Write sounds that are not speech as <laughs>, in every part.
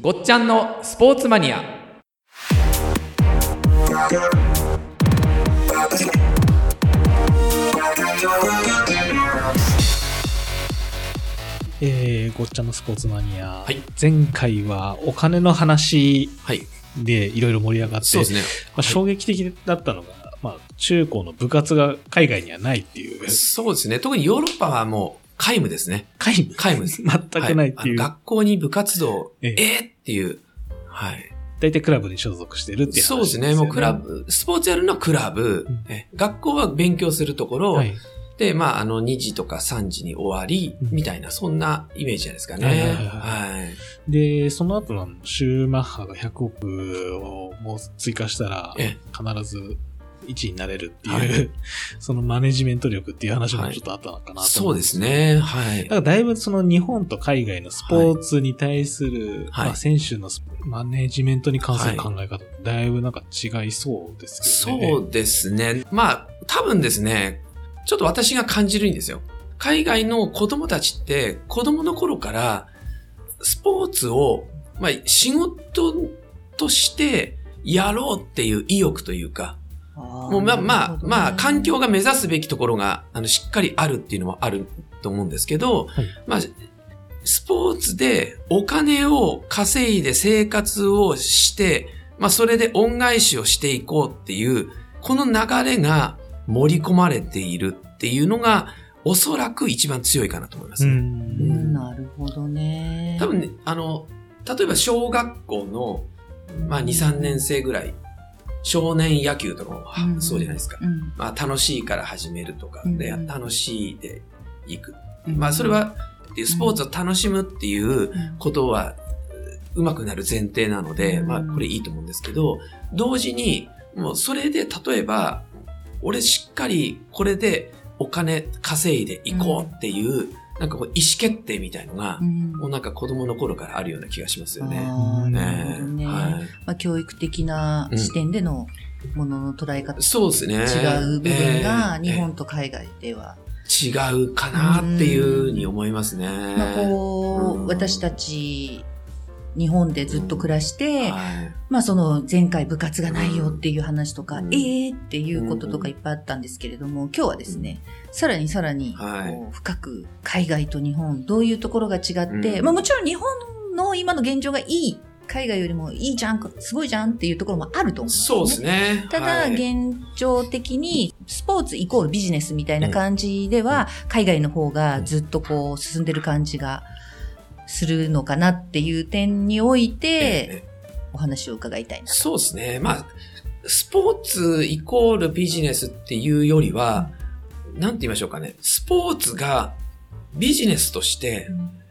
ごっちゃんのスポーツマニアえー、ごっちゃのスポーツマニア、はい前回はお金の話はいでいろいろ盛り上がって、そうですねまあ、衝撃的だったのが、まあ、中高の部活が海外にはないっていう、そうですね特にヨーロッパはもう皆無ですね皆無皆無です全くないっていう、はあの学校に部活動、えええーっていう。はい。大体クラブに所属してるっていう話そうですね。よもうクラ、ブ、スポーツやるのはクラブ、うんえ学校は勉強するところ、はいで、まあ、あの、2時とか3時に終わり、うんみたいな、そんなイメージじゃないですかね。はいはいはい。で、その後のシューマッハが100億をもう追加したら、え必ず1位になれるっていう、は <laughs> そのマネジメント力っていう話もちょっとあったのかなと思んけどそうですね。はいだか。らだいぶその日本と海外のスポーツに対する、はいまあ、選手のスマネジメントに関するは考え方、だいぶなんか違いそうですよね。そうですね。まあ、多分ですね、ちょっと私が感じるんですよ。海外の子供たちって、子供の頃から、スポーツを、まあ、仕事としてやろうっていう意欲というか、ももうまあまあ、まあ、環境が目指すべきところが、あの、しっかりあるっていうのはあると思うんですけど、はいまあ、スポーツでお金を稼いで生活をして、まあ、それで恩返しをしていこうっていう、この流れが盛り込まれているっていうのが、おそらく一番強いかなと思いますうね、ん。なるほどね。多分ね、あの、例えば小学校の、まあ、2、3年生ぐらい、少年野球とかも、はうんそうじゃないですか。うん、まあ、楽しいから始めるとか、でうん楽しいでいく。うんまあ、それは、スポーツを楽しむっていううんことは、うまくなる前提なので、うんまあ、これいいと思うんですけど、同時に、もう、それで、例えば、俺しっかり、これでお金稼いでいこうっていう、なんかこう、意思決定みたいのがう、んもうなんか子供の頃からあるような気がしますよね。あーうんなるほどね。はい。まあ、教育的な視点でのものの捉え方、そうですね。違う部分がえー日本と海外では、違うかなっていうふうに思いますね。まあ、こうんう私たち日本でずっと暮らして、はいまあその前回部活がないよっていう話とか、うんええー、っていうこととかいっぱいあったんですけれども、今日はですね、さらにさらにはいこう深く海外と日本、どういうところが違って、うんまあもちろん日本の今の現状がいい、海外よりもいいじゃん、すごいじゃんっていうところもあると思うんですねそうですね。たはだ、い現状的に、スポーツイコールビジネスみたいな感じでは、海外の方がずっとこう、進んでる感じがするのかなっていう点において、ええお話を伺いたいな。そうですね。まあ、スポーツイコールビジネスっていうよりは、なんて言いましょうかね。スポーツがビジネスとして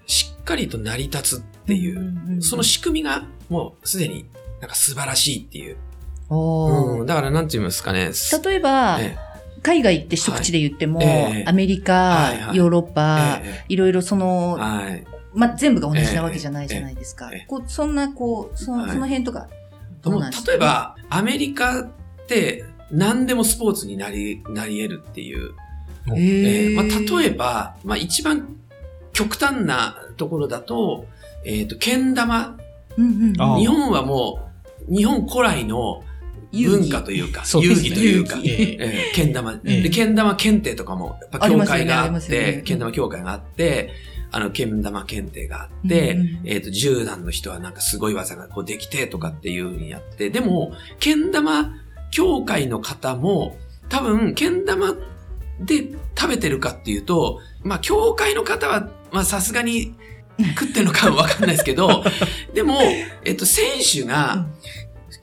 しっかりと成り立つっていんう、んんその仕組みがもうすでになんか素晴らしいっていう。おーうんだからなんて言いますかね。す例えば、え海外って一口で言っても、はいええアメリカ、はいはいヨーロッえパ、えいろいろそえの、はい。まあ、全部が同じなわけじゃないじゃないですか。ええええこうそんな、こう、そはいその辺とか、でどうもなんですか例え、ば、アメリカって何でもスポーツになり、なり得るっていう。ええーまあ、例えば、ば、まあ、一番極端なところだと、えっ、と、剣玉。うんうんうんああ日本はもう、日本古来の文化というか、遊戯というか、えーえー、剣玉。ええで、剣玉検定とかも、やっぱ協会がありあまっすよねありますよて、ね剣玉協会があって、あの、剣玉検定があって、うんうんえっ、と、10段の人はなんかすごい技がこうできてとかっていう風にやって、でも、剣玉協会の方も、多分、剣玉で食べてるかっていうと、まあ、協会の方は、まあ、さすがに食ってるのかはわかんないですけど、でも、えっ、と、選手が、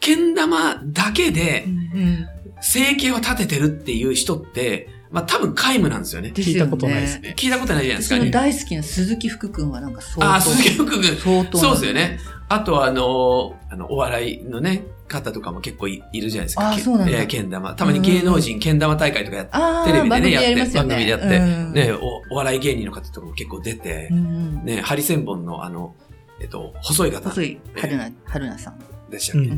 剣玉だけで、うん生計を立ててるっていう人って、まあ多分皆無なんですよね。です聞よねいたことないですね。聞いたことないじゃないです私か。の大好きな鈴木福君はなんか相当。ああ、鈴木福君。相当。そうですよね。。あとはあのーあの、お笑いのね、方とかも結構いいるじゃないですか。あーそうなんだえーけん玉。たまに芸能人けん玉大会とかやって、ああ、テレビでね番組やってやりますよね。番組でやってうん、ね、おお笑い芸人の方とかも結構出てう、んね、ハリセンボンのあの、えっと、細いうん、方細い春菜、春菜さん。でしたっけ、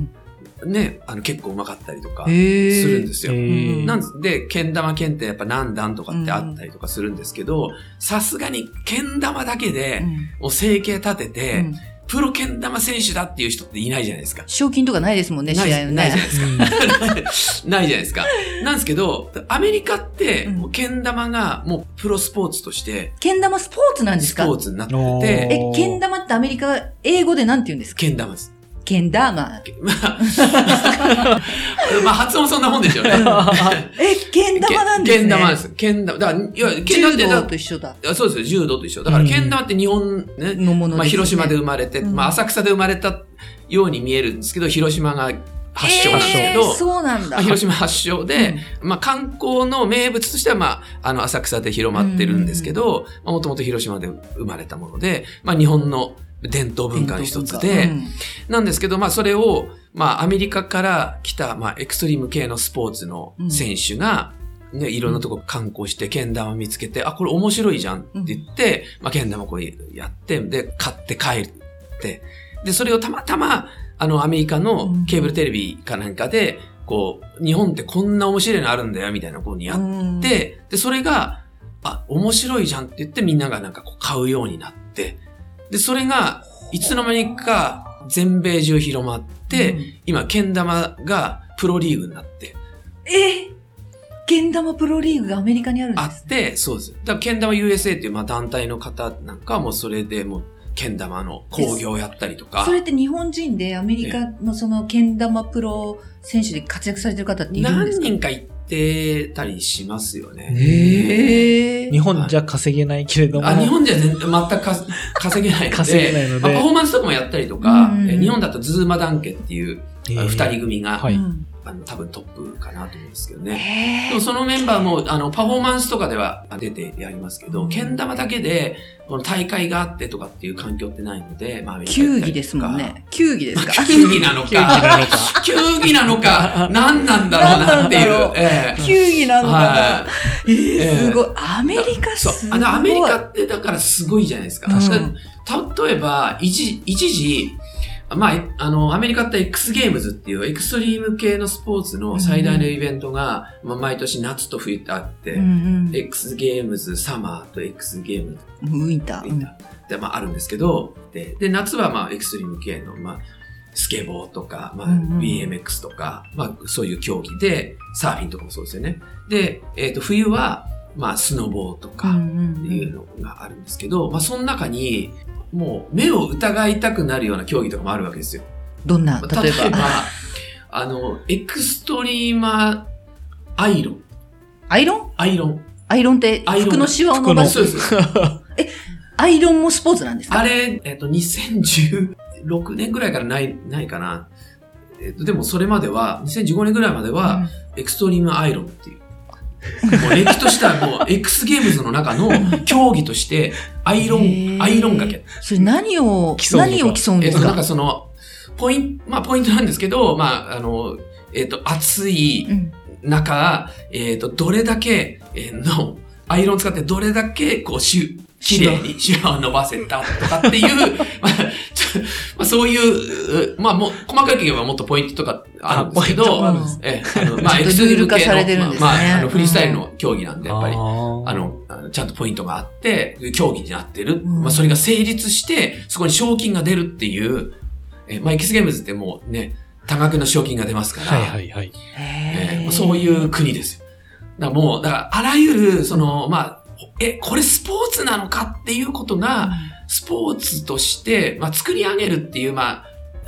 ね、あの、結構うまかったりとかへーするんですよ。うんなんですで、けん玉検定やっぱ何段とかってあったりとかするんですけど、さすがにけん玉だけで、うんもう生計立てて、うんプロけん玉選手だっていう人っていないじゃないですか。 <laughs> 賞金とかないですもんね、ない試合のないじゃね。ないですか。ないじゃないですか。なんですけど、アメリカって、うんもうけん玉がもうプロスポーツとして、けん玉スポーツなんですスかポーツになっておて、ーえ、けん玉ってアメリカ、英語でなんて言うんですかけん玉です。けん玉。けまあ、まあ発音そんなもんで <laughs> しょうね。え、けん玉なんですけね。ん玉です。けん玉。だから、いや、けん玉っ柔てだ道と一緒だ。あそうですよ、柔道と一緒。だから、うんけん玉って日本ね、のものですねまあ、広島で生まれて、うんまあ、浅草で生まれたように見えるんですけど、広島が発祥なんですけえど、ー、そうなんまだあ、。広島発祥で、まあ、観光の名物としては、まあ、あの、浅草で広まってるんですけど、まあ、もともと広島で生まれたもので、まあ、日本の伝統文化の一つで、うんなんですけど、まあ、それを、まあ、アメリカから来た、まあ、エクストリーム系のスポーツの選手が、ね、いろんなとこ観光して、けん玉見つけて、あ、これ面白いじゃんって言って、まあ、けん玉これやって、で、買って帰って、で、それをたまたま、あの、アメリカのケーブルテレビかなんかで、こう、日本ってこんな面白いのあるんだよ、みたいな、こう、にやっうんで、で、それが、あ、面白いじゃんって言ってみんながなんかこう買うようになって、で、それが、いつの間にか全米中広まって、うん今、けん玉がプロリーグになって、えけん玉プロリーグがアメリカにあるんであすっ。て、そうです。だから、けん玉 USA っていうまあ団体の方なんかはもうそれでもう、けん玉の興行やったりとかそ、れって日本人でアメリカのそのけん玉プロ選手で活躍されてる方っているんで何すか人か行ってたりしますよね。え日本じゃ稼げないけれども。あ日本じゃ全全くか稼げないので稼げないのでまあパフォーマンスとかもやったりとか、うんうんえ日本だとズーマダンケっていうえーあの二人組が、はいうんあの多分トップかなと思うんですけどえね。ーでもそのメンバーもあのパフォーマンスとかでは出てやりますけうど、んけん玉だけでこの大会があってとかっていう環境ってないので、まあ、アメリカ行球ったりとか技ですもん。ね。球技ですか球技なの球技なか、のか。球技なのか、何なんだろうなってい何なんだろうう。ええ球技なのかなはえーえーすごい。アメリカい。そすう。ごあい。の、アメリカってだからすごいじゃないですか。確かにに。例えば、一時、一時、まあ、えあの、アメリカって X ゲームズっていうエクストリーム系のスポーツの最大のイベントが、まあ、毎年夏と冬ってあって、うんうん X ゲームズサマーと X ゲームズっウィンター。ていったで、まあ、あるんですけど、で、で夏はまあ、エクストリーム系の、まあ、スケボーとか、まあ、うんうん BMX とか、まあ、そういう競技で、サーフィンとかもそうですよね。で、えっ、と、冬は、まあ、スノボーとうか、んうんっていうのがあるんですけど、まあ、その中に、もう目を疑いたくなるような競技とかもあるわけですよ。どんな、例え例えばば。、あの、エクストリーマーアイロン。アイロンアイロン。アイロンってアイロン服のシワを伸ば <laughs> すそう。です。 <laughs> アイロンもスポーツなんですかあれ、えっと、2016年ぐらいからない、ないかな。えっと、でもそれまでは、2015年ぐらいまでは、エクストリームアイロンっていう。もう歴史としてはもう、X ゲームズの中の競技として、アイロへン、ーアイロン掛け。それ何を競、うのか何を競うんえでっすと、なんかかその、ポイント、まあ、ポイントなんですけど、まあ、あの、えっ、と、暑いうん中、えっ、と、どれだけ、えーの、アイロン使ってどれだけ、こう、しゅ、綺麗にシワを伸ばせたとかって <laughs> いう、まあ、ちょまあ、そういう、うまあ、もう、細かい言えばもっとポイントとかあるんですけあポイントど、もあるんですええあの、まあ、ちょっとエクスルールルール化系されてるんので、すねまあ、まああの、フリースタイルの競技なんで、やっぱりあ、ーあの、あのちゃんとポイントがあって、競技になってる。うんまあ、それが成立して、そこに賞金が出るっていう、えまあ、エキスゲームズってもうね、多額の賞金が出ますから、はいはいはい。えへーーそういう国ですよ。だからもう、だから、あらゆる、その、まあ、え、これスポーツなのかっていうことが、スポーツとして、まあ、作り上げるっていう、まあ、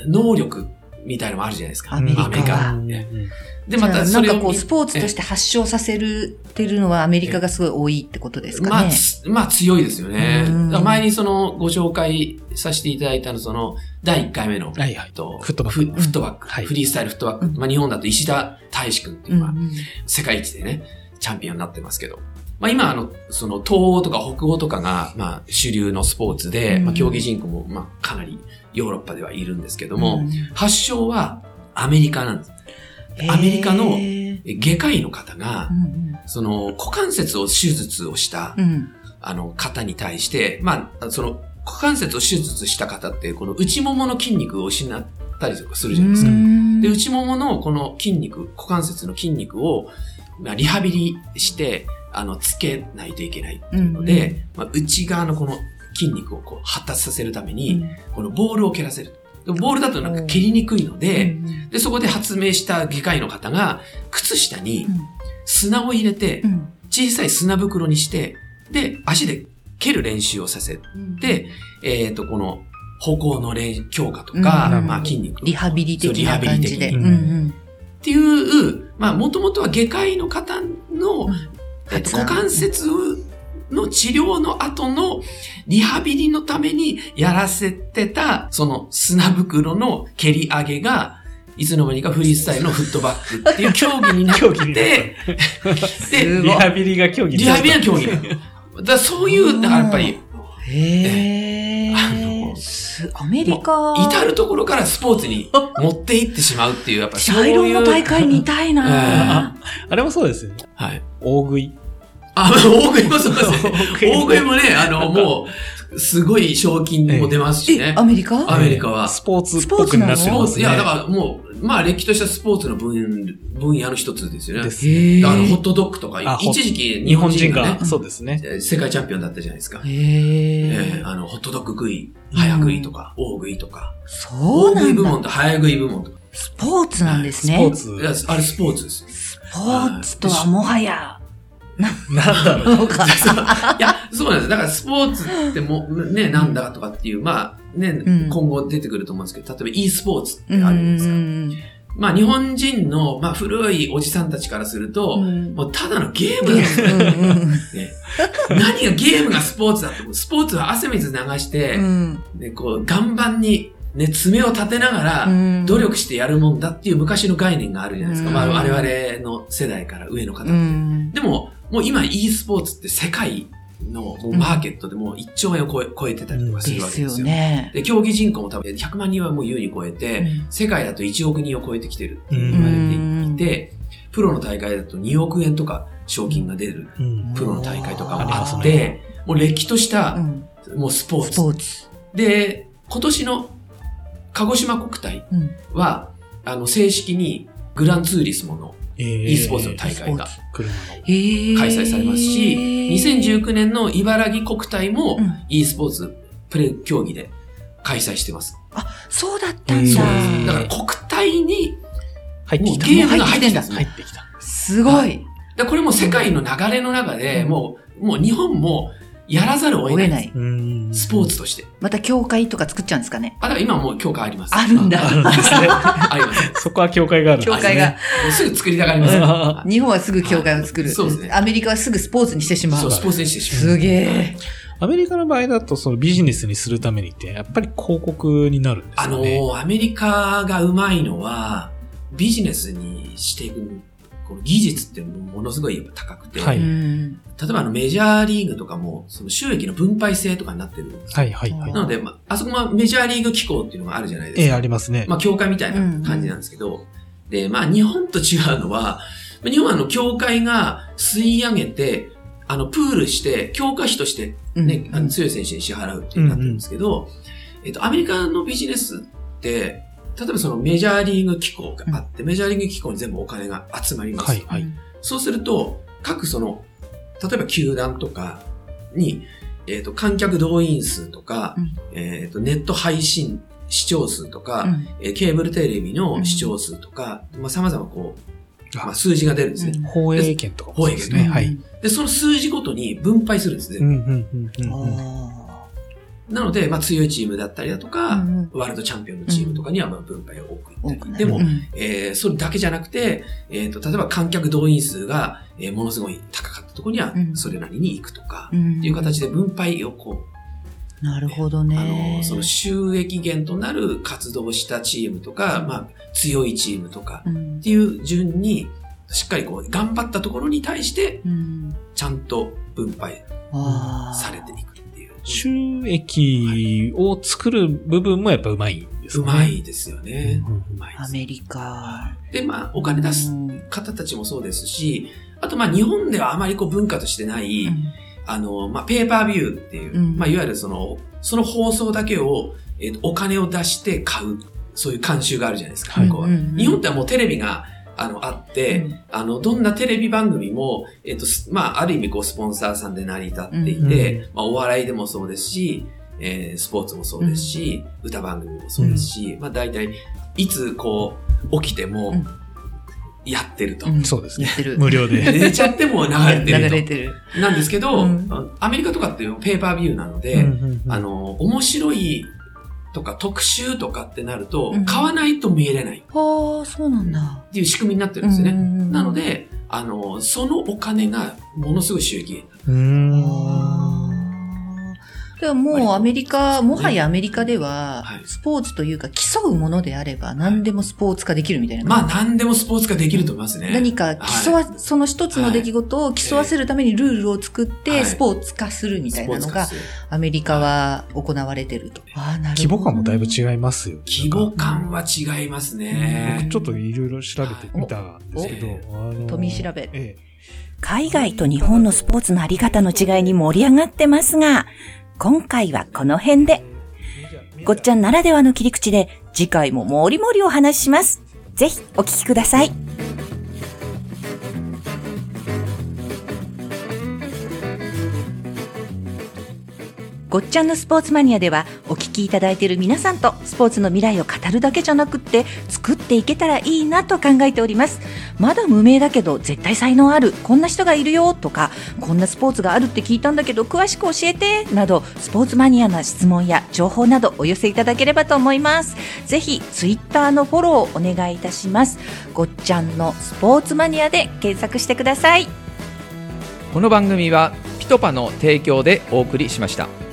能力みたいなのもあるじゃないですか。アメリカはアメリカ。ねで、またじゃそあれなをんかこう、見スポーツとして発祥させるってるのはアメリカがすごい多いってことですかまあね。つ、まあ強いですよね。うんだから前にそのご紹介させていただいたのその第1回目の、はいはいえっとフットバッフクフットバック、はいフリースタイルフットバック、うんまあ、日本だと石田大志君っていううんのうは、ん世界一でね、チャンピオンになってますけど。まあ今、あの、その東欧とか北欧とかが、まあ主流のスポーツで、うんまあ競技人口も、まあかなりヨーロッパではいるんですけども、うん発祥はアメリカなんです。アメリカのへー外科医の方がう、んその股関節を手術をしたうんうんあの、方に対して、まあ、その、股関節を手術した方って、この内ももの筋肉を失ったりとかするじゃないですか。うんで、内もものこの筋肉、股関節の筋肉を、まあ、リハビリして、あの、つけないといけないっていうので、まあ、内側のこの筋肉をこう発達させるためうに、んこのボールを蹴らせる。でボールだとなんか蹴りにくいので、で、そこで発明した外科医の方が、靴下に砂を入れてう、ん小さい砂袋にして、で、足で蹴る練習をさせうんて、えっ、と、この、歩行の練強化とか、うんまあ筋肉。リハビリそう的リハなビリ感的じで。にうっんていう、まあもともとは外科医の方の、うんえっと発案股関節の治療の後のリハビリのためにやらせてた、その砂袋の蹴り上げが、いつの間にかフリースタイルのフットバックっていう競技になっ <laughs> 競技になったて、すで、ごリいハビリが競技リハビリの競技なのよだからそういう、だからやっぱり、へあーのすアメリカ。 <laughs> 至るところからスポーツに持っていってしまうっていう、やっぱ <laughs> そうアイロンいのう。大会見たいな。 <laughs> あれもそうですよね。はい。大食い。あ、大食いもそうです <laughs> ね。食大食いもね、あの、もう、すごい賞金も出ますしえね、ア。メリカアメリカはスポーツっぽくなってスポまーすツ、ね。いや、だからもう、まあ、歴史としたスポーツの分、分野の一つですよねで。すへだからホーットドッグとかあ、一時期日本人ねが、そうですね。えー世界チャンピオンだったじゃないですか。えへーーあの、ホットドッグ食い、早食いとか、大食いとか、そ大うな食いん部だ。門と早食い部門とか、スポーツなんですスね。ポーいツや。あれスポーツですよ。スポーツとはもはや、なんだろう。そうか。 <laughs> いや、そうなんです。だからスポーツってもう、ね、なんだとかっていう、まあ、ね、ん今後出てくると思うんですけど、例えば e スポーツってうんあうるんんですか。まあ、日本人の、まあ、古いおじさんたちからするうんうと、ん。もうただのゲームなんです <laughs> よ。ね、何がゲームがスポーツだって、スポーツは汗水流して、 <laughs> ね、こう、岩盤に、ね、爪を立てながら、努力してやるもんだっていう昔の概念があるじゃないですか。うんまあ、我々の世代から上の方って。うんでも、もう今 e スポーツって世界のもうマーケットでもう1兆円を超え超えてたりとかすでるわけすでよすよ。ね。で、競技人口も多分100万人はもう優に超えて、うん世界だと1億人を超えてきてるってう言われていんて、プロの大会だと2億円とか賞金が出るうんプロの大会とかもあっうんて、もうれっきとしうたんもうスポースツ。ポーツ。で、今年の鹿児島国体うんは、あの、正式にグランツーリスモのえ e スポーツの大会がス車の開開催されますし、2019年の茨城国体もうん e スポーツプレ競技で開催してます。そうだったうんんそだうです。だから国体に入ってもうきた。ゲームが入ってきたんですね。入ってきた。すごはいだからこれも世界の流れの中で、うんもう、もう日本もやらざるを追得えな。ないいうんスポー。ツとして。また教会とか作っちゃうんですかねあ、だから今もう教会あります。あるんだあるんです <laughs> ね。あ。あります。そこは教会があるんですね。教会がもうすぐ作りたがります。はい日本はすぐ教会を作る、そうですねアメリカはすぐスポーツにしてしまそうう、スポーツにしてしまう。すげえアメリカの場合だと、そのビジネスにするためにって、やっぱり広告になるんですあよのね。ー、アメリカがうまいのは、ビジネスにしていく、この技術ってものすごいやっぱ高くて、はういん例えばあのメジャーリーグとかも、その収益の分配制とかになってるんですよはいはいはいな。ので、まあ、あそこはメジャーリーグ機構っていうのがあるじゃないでえすえ、か。ありますね。まあ、協会みたいな感じなんですけど、で、まあ、日本と違うのは、日本はあの、協会が吸い上げて、あの、プールして、強化費としてうんね、あの強い選手に支払うっていうなってるんですけど、えっと、アメリカのビジネスって、例えばそのメジャーリーグ機構があって、メジャーリーグ機構に全部お金が集まります。はいはい。そうすると、各その、例えば球団とかに、えっ、と、観客動員数とか、うんえっ、と、ネット配信視聴数とか、うんえーケーブルテレビの視聴数とか、まあ、様々こう、まあ、数字が出るんですね。放映権とかもそうです放映ね。はい。で、その数字ごとに分配するんですね。うんうんうんううんんうん。あなので、まあ、強いチームだったりだとーか、うんワールドチャンピオンのチームとかにはまあ分配が多くい多ったくり、なるでも、うんえーそれだけじゃなくて、えー、と例えば観客動員数が、えーものすごい高かったところにはうんそれなりに行くとか、うんっていう形で分配をこなるほどう、ねあのその収益源となる活動をしたチームとか、まあ、強いチームとかうんっていう順にしっかりこう頑張ったところに対してうんちゃんと分配あーされていくっていう。収益を作る部分もやっぱうまいんですうね。まいですよね。うんうまいでアすメリカで、まあ、お金出すうん方たちもそうですし、あとまあ日本ではあまりこう文化としてない、あの、まあペーパービューっていう、うんまあいわゆるその、その放送だけを、えっとお金を出して買う、そういう慣習があるじゃないですか。はいこううんうんうん日本ってはもうテレビがあの、あって、うんあの、どんなテレビ番組も、えっ、と、すまあ、ある意味、こう、スポンサーさんで成り立っていて、まあ、お笑いでもそうですし、えースポーツもそうですし、歌番組もそうですし、まあ、大体、いつ、こう、起きてもうん、やってると。うんそうですねやってる。無料で。寝ちゃっても流れてる <laughs> 流と。れてる。なんですけうど、んアメリカとかっていうペーパービューなので、あの、面白いとか特集とかってなると、うん買わないと見れないっはあ、そうなんだ。ていう仕組みになってるんですよね。ななの、で、あの、そのお金がものすごい収益。うーあん。ーでももうアメリカ、もはやアメリカでははい、スポーツというか競うものであれば何でもスポーツ化できるみたいな。まあ、何でもスポーツ化できると思いますね。何か競わ、その一つの出来事を競わせるためにルールを作っはていスポーツ化するみたいなのがスポーツ化するアメリカは行われてると。あーなる規ほど模感もだいぶ違いますよね。規模感は違いますなんかね僕。ちょっといろいろ調べてみたんですけど、あの富調べええ海外と日本のスポーツのあり方の違いに盛り上がってますが、今回はこの辺で、ごっちゃんならではの切り口で、次回ももりもりお話しします。ぜひお聞きください。ごっちゃんのスポーツマニアではお聞きいただいている皆さんとスポーツの未来を語るだけじゃなくって作っていけたらいいなと考えておりますまだ無名だけど絶対才能あるこんな人がいるよとかこんなスポーツがあるって聞いたんだけど詳しく教えてなどスポーツマニアな質問や情報などお寄せいただければと思いますぜひツイッターのフォローをお願いいたしますごっちゃんのスポーツマニアで検索してくださいこの番組はピトパの提供でお送りしました。